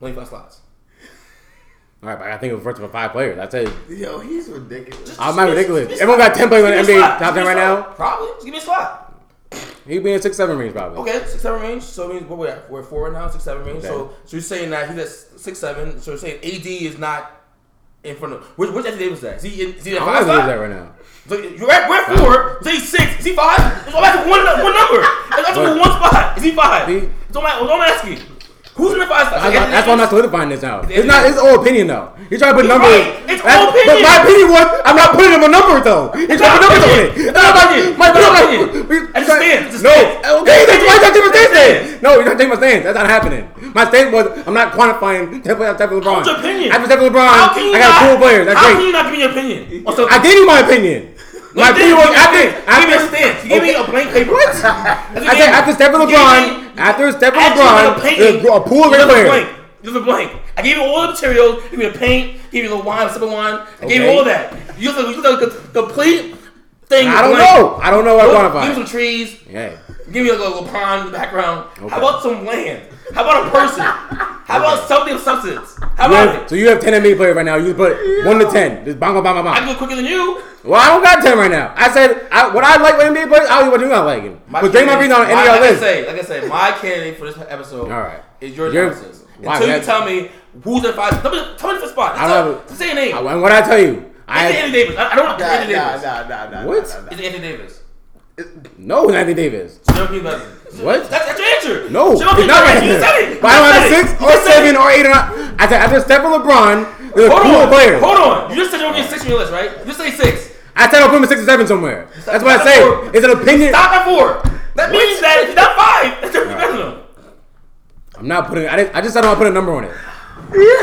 E: Only five slots.
D: All right, but I gotta think of first of all five players. I said
F: Yo, he's ridiculous.
D: I'm not ridiculous. Everyone got ten players on the
E: Give me a slot.
D: NBA top
E: Give
D: ten
E: me a
D: right
E: slot.
D: now.
E: Probably. Just give me a slot.
D: He'd be in six seven range probably.
E: Okay, six seven range. So it means what we're at? We're at four right now, six seven range. So
D: Okay.
E: so you're saying that he's at six seven. So you're saying AD is not in front of. Where's where's Anthony Davis at? Is he, in, is he at
D: I'm not
E: five?
D: gonna lose
E: Spot?
D: that right now.
E: So you're at we're at four. Is he six? Is he five? It's all asking one one number. It's asking
D: But-
E: one spot. Is he five?
D: See?
E: It's all, I'm- it's all I'm asking. Who's in the five
D: That's
E: spot?
D: why, that's why I'm not solidifying this now.
E: Anthony
D: It's not. It's all opinion though. You're trying to put
E: You're
D: numbers.
E: right. It's
D: But
E: all opinion.
D: my opinion was I'm not putting him a number though. You're trying to put numbers on it.
E: opinion.
D: And I'm like,
E: It's
D: my-
E: not
D: I'm like,
E: opinion.
D: we-
E: It's a
D: try-
E: stance. It's a
D: No.
E: stance.
D: Hey, that's why you gotta take my
E: It's a
D: stance. No, you're not taking my stance. That's not happening. My stance was I'm not quantifying. Temple, I'm Temple LeBron.
E: What's your opinion?
D: I'm Temple LeBron.
E: How can you
D: I got
E: not,
D: cool players. That's
E: how
D: great.
E: can you not give me your opinion? Also,
D: I gave you my opinion. My
E: you
D: opinion
E: didn't.
D: was after.
E: Give me a
D: after-
E: stance. You gave me
D: Okay.
E: a blank paper. What?
D: I said after Stephen LeBron, after Stephen LeBron, there's a pool of great players.
E: Blank. There's a blank. I gave you all the material. Give me a paint. Give you a little wine, a sip of wine. I gave you
D: Okay.
E: all that. You took, you took a complete thing.
D: I don't
E: blank.
D: know. I don't know what I
E: Give me
D: quantify.
E: some trees.
D: Yeah.
E: Give me a little, little pond in the background.
D: Okay.
E: How about some land? How about a person? How about something of substance? How
D: You
E: about
D: have, so
E: it?
D: you have ten NBA players right now. You put one to ten. Just bang, bang, bang,
E: I
D: bang.
E: can go quicker than you.
D: Well, I don't got ten right now. I said I, what I like with NBA players. I don't what you not liking. But Draymond Green's on
E: my-
D: any of y'all
E: like I
D: list.
E: say, like I say, my candidate for this episode
D: All right.
E: is your
D: You're-
E: analysis.
D: Wow,
E: Until you
D: that-
E: tell me who's in five, tell me, tell me the spot.
D: I
E: Tell-
D: don't have-
E: say a name.
D: And what I tell you,
E: It's
D: I
E: Anthony Davis. I, I don't want to
F: Nah,
E: pick Anthony
F: nah,
E: Davis.
F: nah, nah, nah.
D: What?
F: nah, nah, nah.
E: It's Anthony Davis.
D: no it's Anthony Davis.
E: Jeremy Green better.
D: What?
E: That's, that's your answer.
D: No, it's not
E: Jeremy Green better.
D: right
E: You
D: here.
E: said it.
D: But I
E: You
D: don't have
E: said it.
D: six
E: You
D: or
E: said
D: seven
E: it.
D: or eight or nine. I said after Stephen LeBron, there's
E: Hold
D: cool
E: on.
D: players.
E: Hold on. You just said you don't get six on your list, right? You just say six.
D: I said I'll put him at six or seven somewhere. That's what I say. It's an opinion.
E: Stop at four. That means that if you're not five, that's Jeremy Green better than him.
D: I'm not putting. I, didn't, I just said I'm gonna put a number on it.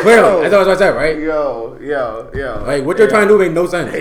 D: Clearly, that's what I said, right?
F: Yo, yo, yo.
D: Like what you're trying to do make no sense.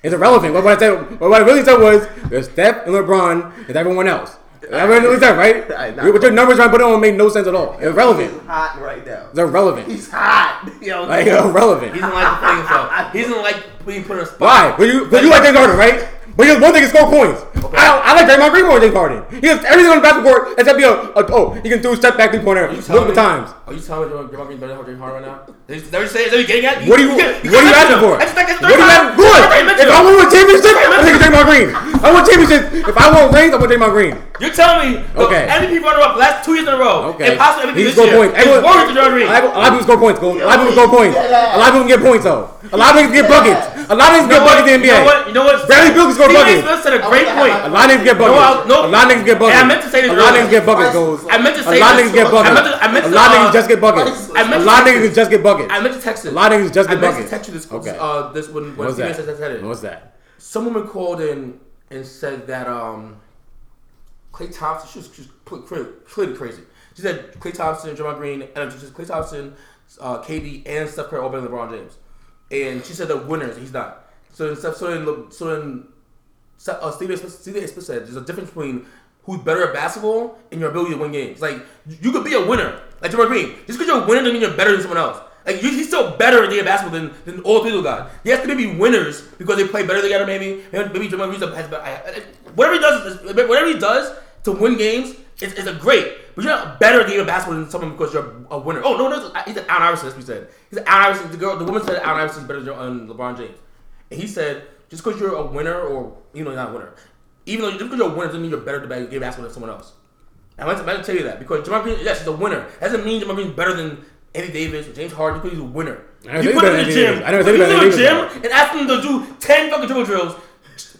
D: It's irrelevant. But what I said, but what I really said was there's Steph and LeBron and everyone else. I really said, right?
F: Alright, nah.
D: But your numbers trying to put on make no sense at all.
F: He's
D: Irrelevant.
F: hot right now.
D: It's irrelevant.
F: He's hot. Yo,
D: Like irrelevant.
E: He doesn't like playing himself. He doesn't like being put in a spot.
D: Why? But you, but you like James Harden, right? But you one thing is score points. I, don't- I like Draymond Green more than James Harden. He has everything on the basketball court except be a, a oh he can do step back three pointer multiple times.
E: Are you telling me Jamal- Jamal Green's better than James Harden right now? Is is that what you're saying? Is that what you're getting at?
D: What are you,
E: can't-
D: what are you
E: can't
D: asking for?
E: mention him. That's- that's
D: What are you asking
E: third time. That's third time
D: Good. If
E: mention
D: I
E: him.
D: want a championship, I'm
E: mention
D: taking Draymond Green. I want championships. If I want rings, I want Draymond Green.
E: You're telling me the
D: Okay.
E: MVP runner-up last two years in a row,
D: Okay.
E: and possibly
D: He
E: MVP this
D: scored
E: year,
D: points.
E: is
D: Everyone-
E: worse than Jamal
D: A
E: Green.
D: lot, of, a lot of people score points. Cole. A lot of people score points.
F: Yeah.
D: A lot of people get points though. A lot of niggas get buckets. A lot of niggas get buckets in the
E: You know
D: NBA.
E: what? You know what?
D: Bradley Beal can score
E: Stephen A.
D: buckets.
E: Smith said a great point.
D: A lot of niggas get
E: I-
D: buckets.
E: no.
D: A lot of niggas get buckets.
E: And I meant to say this
D: A lot of
E: earlier.
D: niggas get buckets, goals.
E: I meant to
D: A
E: say
D: lot of
E: this.
D: niggas get
E: I
D: buckets.
E: meant to- I meant
D: A
E: to,
D: lot of
E: uh,
D: niggas just get buckets.
E: I
D: A
E: meant to
D: lot of
E: say
D: niggas
E: this.
D: just get buckets.
E: I meant to text this.
D: A lot of niggas just
E: I
D: get
E: meant to
D: buckets.
E: text you this.
D: Okay.
E: Uh, this when when
D: What's
E: Stephen
D: that?
E: A. Smith said it.
D: What's that?
E: Some woman called in and said that um, Clay Thompson, she was, she was cl- cl- clearly crazy. She said Clay Thompson, Draymond Green, and she said Clay Thompson, uh, KD, and Steph Curry are all better than LeBron James. And she said the winners, he's not. So in Steph, so in, Le- so in so, uh, Stephen A. Smith, Stephen A. Smith said there's a difference between who's better at basketball and your ability to win games. Like you you could be a winner, like Jamal Green. Just because you're a winner doesn't mean you're better than someone else. Like you, he's still better at the basketball than, than all three of those guys. He has to maybe winners because they play better together. Maybe maybe Jamal Green has better. I- I- Whatever he does, is- whatever he does to win games is, is a great. But you're not better at the game of basketball than someone because you're a winner. Oh no, no, he's an Allen Iverson. That's what he said. He's an Allen Iverson. The girl, the woman said Allen Iverson is better than um, LeBron James. And he said, just because you're a winner, or you know, you're not a winner, even though just because you're a winner doesn't mean you're better to ba- game basketball than someone else. And I'm going to tell you that because Jamal Green, yes, he's a winner. That doesn't mean Jamal Green's better than Andy Davis or James Harden because he's a winner.
D: I never
E: You
D: said
E: put him
D: he's
E: in the
D: better than
E: gym,
D: Anthony Davis. I never said
E: put him in
D: he's
E: the
D: better than
E: gym and ask him to do ten fucking dribble drills.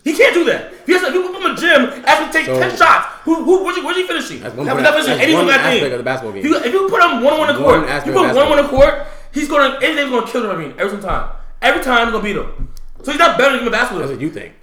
E: He can't do that. He has to, if you put him in the gym, ask him to take
D: So-
E: ten shots. Who, who, where's he, where's he finishing?
D: That's one
E: That
D: point-
E: was not finishing
D: that's
E: any
D: one
E: single
D: aspect
E: thing.
D: of the basketball game.
E: If you, if you put him one on one in the
D: One
E: court,
D: aspect
E: you
D: of
E: put one
D: basketball.
E: on the court, he's gonna anything's gonna kill Draymond Green every single time. Every time he's gonna beat him. So he's not better than him in
D: That's
E: basketball.
D: what you think.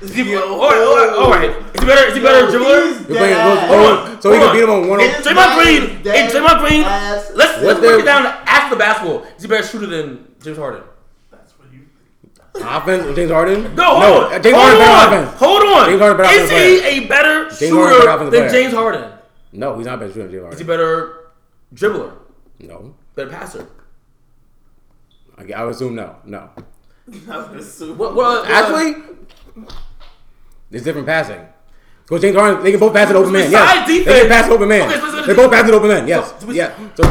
E: Is he, all right, all right, all right. Is he better? Is he better than dribbler?
D: You're playing those- oh, so he
E: Hold
D: can beat him on one.
E: Hey,
D: on-
E: Draymond Green.
G: That
E: Hey,
G: is
E: Draymond Green.
G: ass.
E: Let's
D: What
E: let's break
D: the-
E: it down to after the basketball. Is he better shooter than James Harden?
B: That's what you think.
D: Offense with James Harden.
E: No, hold on.
D: uh, James
E: hold
D: Harden
E: on.
D: better on offense.
E: Hold on.
D: James Harden better
E: is
D: offensive
E: he
D: player.
E: a better
D: James Harden better
E: shooter
D: offensive
E: than
D: player.
E: James Harden?
D: No, he's not better shooter than James
E: Is he
D: Harden.
E: better dribbler?
D: No,
E: Better passer?
D: I, I would assume no, no.
E: What? what uh,
D: Actually, it's different passing. Because James Harden, they can both pass it open man. Yes.
E: Besides
D: They can
E: defense-
D: pass it open man.
E: Okay, so- so-
D: they both pass it open man. Yes.
E: So- so-
D: yeah. So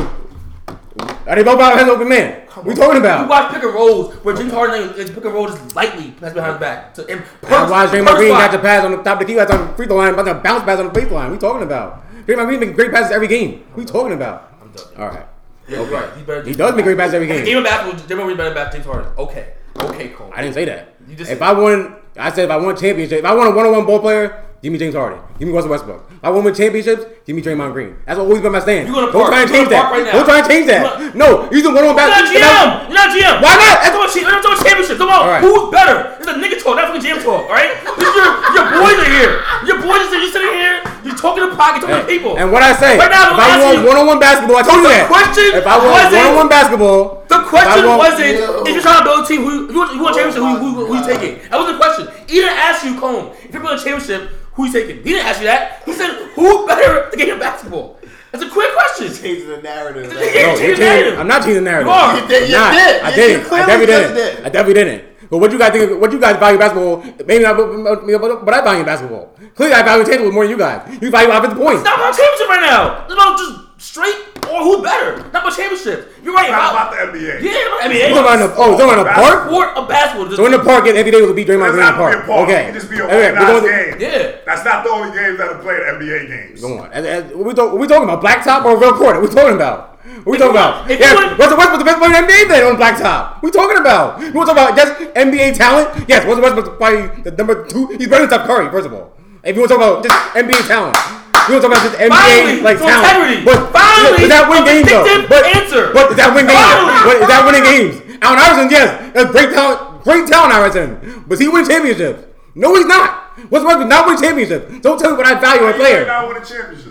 D: are they both pass it open man? What we talking
E: You
D: about?
E: watch pick and rolls where James Harden is pick and roll just lightly passed behind the back. To, and
D: That's
E: perks,
D: why Draymond
E: perks
D: Green
E: by-
D: got the pass on the top of the key, got on free throw line, about to bounce pass on the free throw line. We talking about? Draymond Green making great passes every game. We talking about?
E: I'm done.
D: All right.
E: Yeah, you're right. He's better. than-
D: Oh, He does make great passes every
E: Game
D: game.
E: of basketball, Draymond Green better than James Harden. Okay, okay, Cole.
D: I didn't say that.
E: You just
D: if
E: said-
D: I won, I said if I want championship, if I want a one-on-one ball player, give me James Harden. Give me Russell Westbrook. If I want to win championships, give me Draymond Green. That's always been my stand.
E: You're gonna
D: Don't
E: park.
D: try and
E: You're
D: change
E: gonna
D: that.
E: park right now.
D: Don't try and change
E: You're
D: that. No, he's the one-on-one
E: You're not
D: basketball.
E: GM. You're not GM.
D: Why not?
E: I'm talking about, che- I'm talking about championships. Come on.
D: All right.
E: Who's better? It's a nigga talk, not fucking GM talk. All right. This is your your boys are here. Your boys are you're sitting here. You're talking to pocket, talking to people.
D: And what I say,
E: Right
D: if
E: now, I'm
D: I
E: asking
D: want
E: you-
D: one-on-one basketball, I told you
E: The
D: that.
E: question
D: if I want
E: wasn't-
D: one-on-one basketball,
E: The question
D: if I want-
E: wasn't if you're trying to build a team, who if you want, if you want a championship, who, who, who you taking? That was the question. He didn't ask you, Cone, if you're building a championship, who you taking? He didn't ask you that. He said, who better to get in basketball? That's a quick question. He
G: Changing the narrative.
D: No,
E: didn't
D: you're
E: change the
D: changing-
E: narrative.
D: I'm not changing the narrative.
E: You are.
D: I'm
E: You
G: did- you
D: not.
G: did.
D: I
G: You-
D: didn't.
G: you
D: I
G: clearly
D: definitely
G: just
D: didn't.
G: did.
D: I definitely didn't. But what you guys think? What you guys value basketball? Maybe not. But, but, but, but I value basketball. Clearly, I value tangible more than you guys. You value offensive points.
E: It's not about championship right now. It's about just straight or who better. Not about championship. You're right.
C: Not about
E: About,
C: the NBA.
E: yeah, I mean,
D: It's about in the, oh, it's about in the park.
E: sport of basketball. Just,
D: So in the park, if they would
C: That's
D: beat Draymond Green in the
C: not
D: park.
C: a park.
D: Okay.
C: It just be a
D: Okay, we're
C: organized
D: going-
C: game.
E: yeah.
C: That's not the only games that are played NBA games.
D: Come on. As- as- What we, talk, what we talking about? Blacktop or real court? What we talking about? What we
E: If you
D: talking about?
E: want- if
D: Yeah,
E: you want-
D: Russell Westbrook's the best player in the NBA then on blacktop. We talking about? You want to talk about just NBA talent? Yes, Russell Westbrook's probably the number two. He's better than Steph Curry, first of all. If you want to talk about just NBA talent. You want to talk about just NBA
E: Finally,
D: like
E: some
D: talent?
E: integrity.
D: But
E: Finally,
D: does that win
E: a
D: games though?
E: distinctive
D: But,
E: answer.
D: but does that win games?
E: Finally.
D: But is that winning games? Allen Iverson, yes, that's great talent, great talent, Iverson. But he win championships. No, he's not. What's Westbrook not win championships? Don't tell me what I value in a
C: He might
D: player.
C: not win the championships.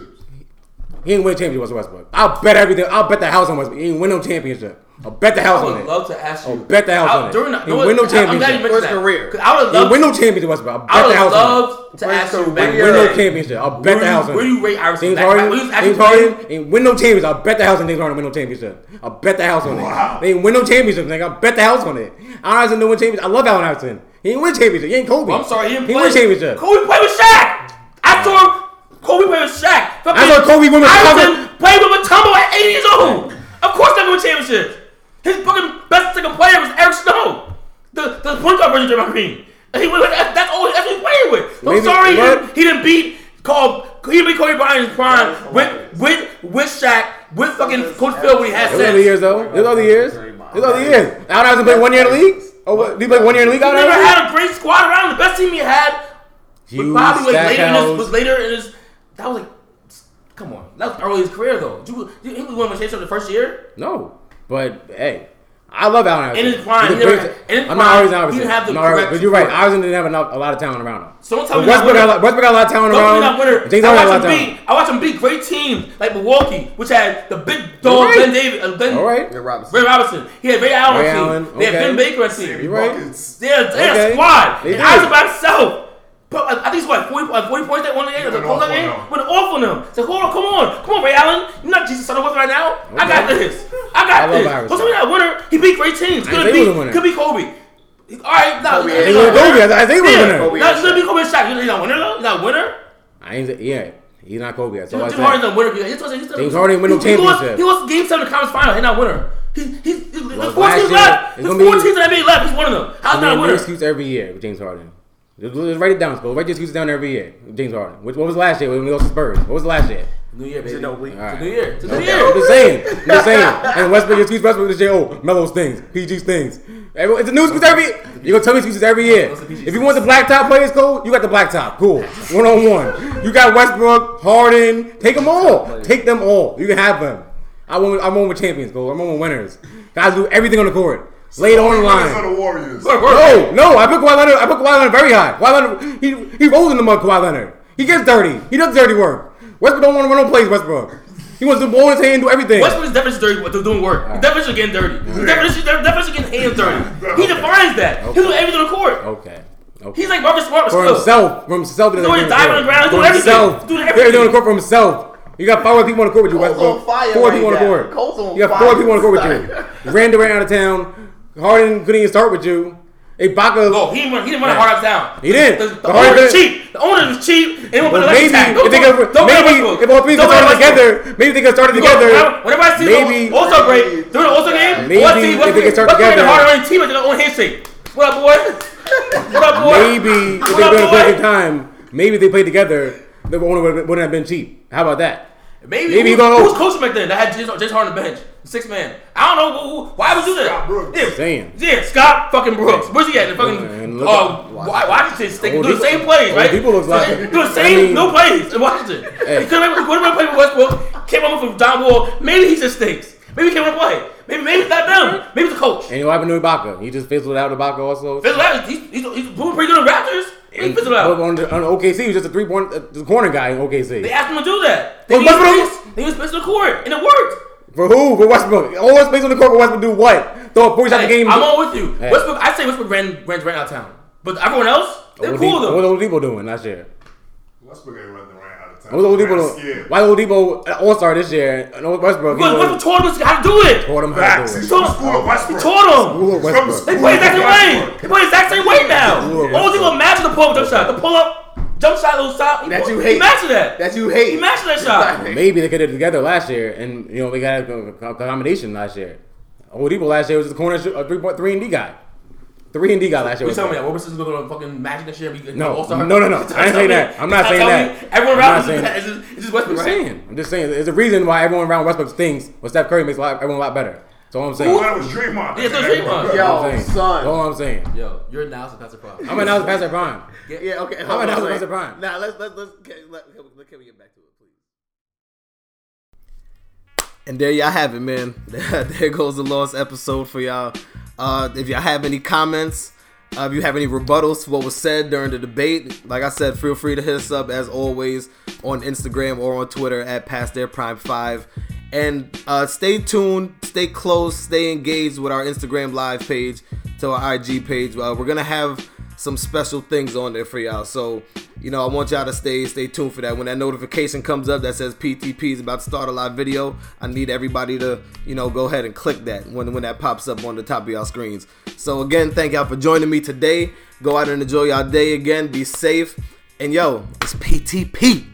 D: He ain't win a championship with Westbrook. I'll bet everything. I'll bet the house on Westbrook. He ain't win no championship. I'll bet the house
E: I
D: on
E: would
D: it. Oh,
E: love to ask you.
D: bet the house
E: I-
D: on it.
E: During the,
D: He win no
E: I'm glad you
D: championship.
E: mentioned that.
F: career.
E: 'Cause I would
D: He
E: love.
D: ain't win no championship with Westbrook. I'll
E: I
D: bet the
E: would
D: house on it.
E: love to ask you.
D: Ain't
E: back
D: win no
E: then.
D: championship. I'll
E: Where
D: bet the
E: you-
D: house on
E: Where
D: it.
E: do you rate Iverson?
D: James
E: Back- back-
D: Harden,
E: when he was
D: James
E: actually
D: Harden ain't win no championship. I'll bet the house on James Harden win no championship. I'll bet the house on it. They ain't win no championship, nigga. I'll bet the house on it. Allen Iverson didn't win championship. I love Allen Iverson. He ain't win championship. He ain't Kobe.
E: Well, I'm sorry, he didn't
D: he
E: play.
D: win championship.
E: Kobe played with Shaq. I saw Kobe play with Shaq. Fucking
D: I saw Kobe win with
E: Iverson
D: Mutombo.
E: played with Matumbo at 80 years old. Of course, they won championships. His fucking best second player was Eric Snow, the the point guard version of Draymond Green. And he was that, that's all that's what he played with. So I'm
D: Maybe-
E: sorry, he
D: what?
E: didn't, he didn't beat called he didn't beat Kobe Bryant in his prime with with with Shaq with fucking Coach Phil when he had
D: Those other
E: sense.
D: years though. Those other years. Those other years. Allen Iverson played one year in the league. Oh, what? He played one year in the league.
E: He
D: Allen
E: never
D: Iverson?
E: had a great squad around. him. The best team he had
D: Hugh
E: But Bobby was later, in
D: Stackhouse.
E: his, was later in his. That was like, come on, that was early in his career though. Did you, did he was one of the first year.
D: No, but hey, I love Allen Iverson.
E: In his prime,
D: He's a
E: he never-
D: great-
E: in his
D: I'm
E: prime,
D: not Allen
E: he
D: Iverson.
E: didn't have the
D: I'm not Allen-
E: correct-
D: but you're right. Iverson didn't have enough, a lot of talent around him.
E: So don't tell
D: But
E: me not
D: Westbrook,
E: winner.
D: had, a lot- Westbrook had a lot of talent
E: Don't
D: around
E: be not winner.
D: him. James
E: I
D: Harden had a lot
E: watch
D: of
E: him beat.
D: talent.
E: I watch him beat great teams like Milwaukee, which had the big dog
D: You're
E: Ben
D: right.
E: David, uh, Ben,
D: All right.
F: Ray Robinson.
E: Ray Robinson. He had Ray Allen.
D: Ray
E: team.
D: Allen,
E: They had
D: okay.
E: Ben Baker on team.
D: You're right.
C: Buckets.
E: They're, they're a
D: Okay.
E: squad.
D: They
E: And I was
D: did.
E: by himself. But I I think it's what, 40, uh, 40 points that one day, the
C: went
E: close
C: off on
E: game?
C: them.
E: Went off on them. Said, hold on, come on. Come on, Ray Allen. You're not Jesus Sutterworth right now. I got
D: Okay.
E: this. I got
D: I love
E: this.
D: Iverson.
E: Don't tell me that winner. He beat great teams. Could
D: think
E: be,
D: he was a winner.
E: could be Kobe. All right, no,
F: Kobe
E: no,
F: is.
E: no,
F: He was
E: no.
D: Kobe. I- I think he was a
E: Yeah,
D: winner.
E: Kobe no, let me Kobe a shot. He's not a winner though. He's not a winner.
D: I ain't, yeah, he's not Kobe. That's all I
E: James Harden's
D: said.
E: not a winner. He's supposed to- he's supposed to-
D: James Harden win no
E: he- he lost-
D: championship.
E: He lost Game Seven of the conference final. He's not a winner. He, he, he, there's
D: Lost
E: four
D: last
E: teams
D: year.
E: left.
D: It's
E: There's
D: gonna
E: four
D: be-
E: teams that made left. He's one of them.
D: I
E: How's not a
D: mean, new
E: winner?
D: excuse every year with James Harden. Just, just write it down, Spo. Write your excuses down every year. with James Harden. Which, what was last year when we lost to Spurs? What was last year?
E: New Year, baby.
F: Ginobili.
D: All right.
E: New Year. It's a New
D: Okay,
E: Year.
D: I'm just saying. I'm just saying. And Westbrook, your excuse Westbrook this year. Oh, Melo's things, PG's things. Everyone, it's a new excuse every. You gonna tell me excuses every year.
E: Those are PG
D: If you want the black top players, cool. You got the black top, cool. One on one. You got Westbrook, Harden. Take them all. Take them all. You can have them. I want. I want with champions, cool. I want with winners. Guys do everything on the court. Lay it on the
C: Winners
D: line.
C: are the Warriors.
E: Work, work.
D: No, no, I put Kawhi Leonard. I put Kawhi Leonard very high. Kawhi Leonard, he he rolls in the mud. Kawhi Leonard, he gets dirty. He does dirty work. Westbrook don't want to run on plays. Westbrook, he wants to blow his hand and do everything.
E: Westbrook's definition of dirty. They're doing work. His definition of getting dirty. His definition, their definition of getting hands dirty. He defines that. He's doing everything on the court.
D: Okay, okay.
E: He's like Marcus Smart.
D: For
E: still.
D: himself, for himself.
E: He's always diving on the ground,
D: For
E: doing everything.
D: himself.
E: Doing
D: Doing
E: everything.
D: everything on the court for himself. You got five other people on the court with you,
F: Cole's
D: Westbrook.
F: on fire
D: Four
F: right
D: people on the
F: now.
D: court.
F: Cole's on
D: You got
F: fire.
D: four people on the court with you. Ran Durant out of town. Harden couldn't even start with you. Ibaka.
E: No, he didn't run, he didn't run a
D: Yeah.
E: hard out of town.
D: He didn't.
E: The, the, the
D: The
E: owner
D: Harden-
E: was cheap. The owner was cheap. And he won't
D: But
E: put a
D: maybe
E: leg attack. Don't
D: if they
E: go-
D: could,
E: don't go
D: maybe
E: Westbrook.
D: if all three
E: Don't go
D: started
E: Westbrook.
D: together, maybe they could start it
E: You go-
D: together.
E: Whenever I see
D: Maybe-
E: the also great, during the also game,
D: Maybe
E: what team,
D: if
E: what
D: they
E: team,
D: can start
E: what team, the
D: together.
E: harder running team is their own handshake. What up, boy? What up, boy?
D: Maybe if they
E: What
D: played at
E: up,
D: the same
E: boy?
D: time, maybe if they played together, the owner wouldn't wouldn't have been cheap. How about that?
E: Maybe,
D: Maybe he
E: who,
D: gonna-
E: who was coaching back then that had James, James Harden on the bench? Six man. I don't know who, who, why would you do that?
C: Scott Brooks.
E: Yeah.
D: Saying.
E: Yeah, Scott fucking Brooks. Where's he at? The
D: Man,
E: fucking
D: look
E: uh,
D: at-
E: Wa- Washington State. Do
D: Old
E: the
D: people-
E: same plays,
D: old
E: right?
D: people look like-
E: Do the
D: I
E: same
D: mean-
E: no plays in Washington.
D: Hey.
E: He couldn't remember- couldn't remember playing with Westbrook. Came over from John Wall. Maybe he just stinks. Maybe he can't play. Maybe maybe it's not them. Maybe it's the coach.
D: And what happened to Ibaka? He just fizzled out Ibaka also.
E: Fizzle out. He's, he's, he's doing pretty good in Raptors. He
D: And-
E: fizzled out.
D: On, the, on OKC, he was just a three point uh, the corner guy in
E: They
D: OKC.
E: asked him to do that. They
D: Well,
E: he was
D: Westbrook-
E: pissed. They was pissed in the court, and it worked.
D: For who? For Westbrook. Always plays on the court for Westbrook do what? Throw a 40 shot the
E: Hey,
D: game.
E: I'm on with you.
D: Hey.
E: Westbrook, I say Westbrook ran ran, ran out of town, but everyone else, they're cool
D: Oladipo- What
E: though.
D: are Oladipo doing last year?
C: Westbrook ain't running around out of time.
D: What are
C: I'm
D: Oladipo doing?
C: scared.
D: Why Oladipo an all-star this year? And Westbrook. he
E: Because
D: was-
E: Westbrook told us how to do it.
D: Taught him how
C: Facts.
D: to
C: He's
D: do it.
C: from the school of
E: He
C: Westbrook.
E: taught them.
D: School of
C: He's from the
D: Westbrook.
E: They
C: school
E: play
C: of
E: exactly way.
C: Westbrook.
E: They play exactly same way now.
D: School of
E: Only gonna match the pull up jump shot, the pull up jump shot, little shot.
F: That you
E: He
F: hate.
E: matched that.
F: That you hate.
E: He matched that shot.
D: Maybe they could have together last year, and you know we got a a- a accommodation last year. Oladipo last year was just a corner shoot, a three point three and D guy, three and D guy last year.
E: You
D: was
E: tell me
D: bad.
E: that Robinson's gonna go to fucking Magic this year? and be-
D: No,
E: All-Star?
D: no, no, no. I didn't
E: Tell
D: say
E: me-
D: that. I'm not
E: tell
D: saying
E: me
D: that. I'm
E: Everyone around
D: not
E: is
D: saying
E: just-
D: that.
E: it's just, it's just Westbrook.
D: I'm
E: right?
D: saying, I'm just saying, there's a reason why everyone around Westbrook stinks. But Steph Curry makes a lot, everyone a lot better. That's all I'm saying.
C: That was Draymond.
E: Yeah, it's Draymond.
D: That's all
F: Yo,
D: I'm saying.
F: son.
D: That's all I'm saying.
E: Yo, you're now supposed to pass
D: I'm announcing Pastor Brian.
F: Yeah, okay. hold
D: How about
F: on,
D: that was
F: wait.
D: Buster Bryant?
F: Nah, let's let's let's can, let, can, we- can we get back to it, please?
A: And there y'all have it, man. there goes the lost episode for y'all. Uh, if y'all have any comments, uh, if you have any rebuttals to what was said during the debate, like I said, feel free to hit us up as always on Instagram or on Twitter at Past Their Prime 5. And uh, stay tuned, stay close, stay engaged with our Instagram live page to our IG page. Uh, we're going to have some special things on there for y'all. So, you know, I want y'all to stay stay tuned for that. When that notification comes up that says PTP is about to start a live video, I need everybody to, you know, go ahead and click that when when that pops up on the top of y'all screens. So again, thank y'all for joining me today. Go out and enjoy y'all day again. Be safe. And yo, it's PTP.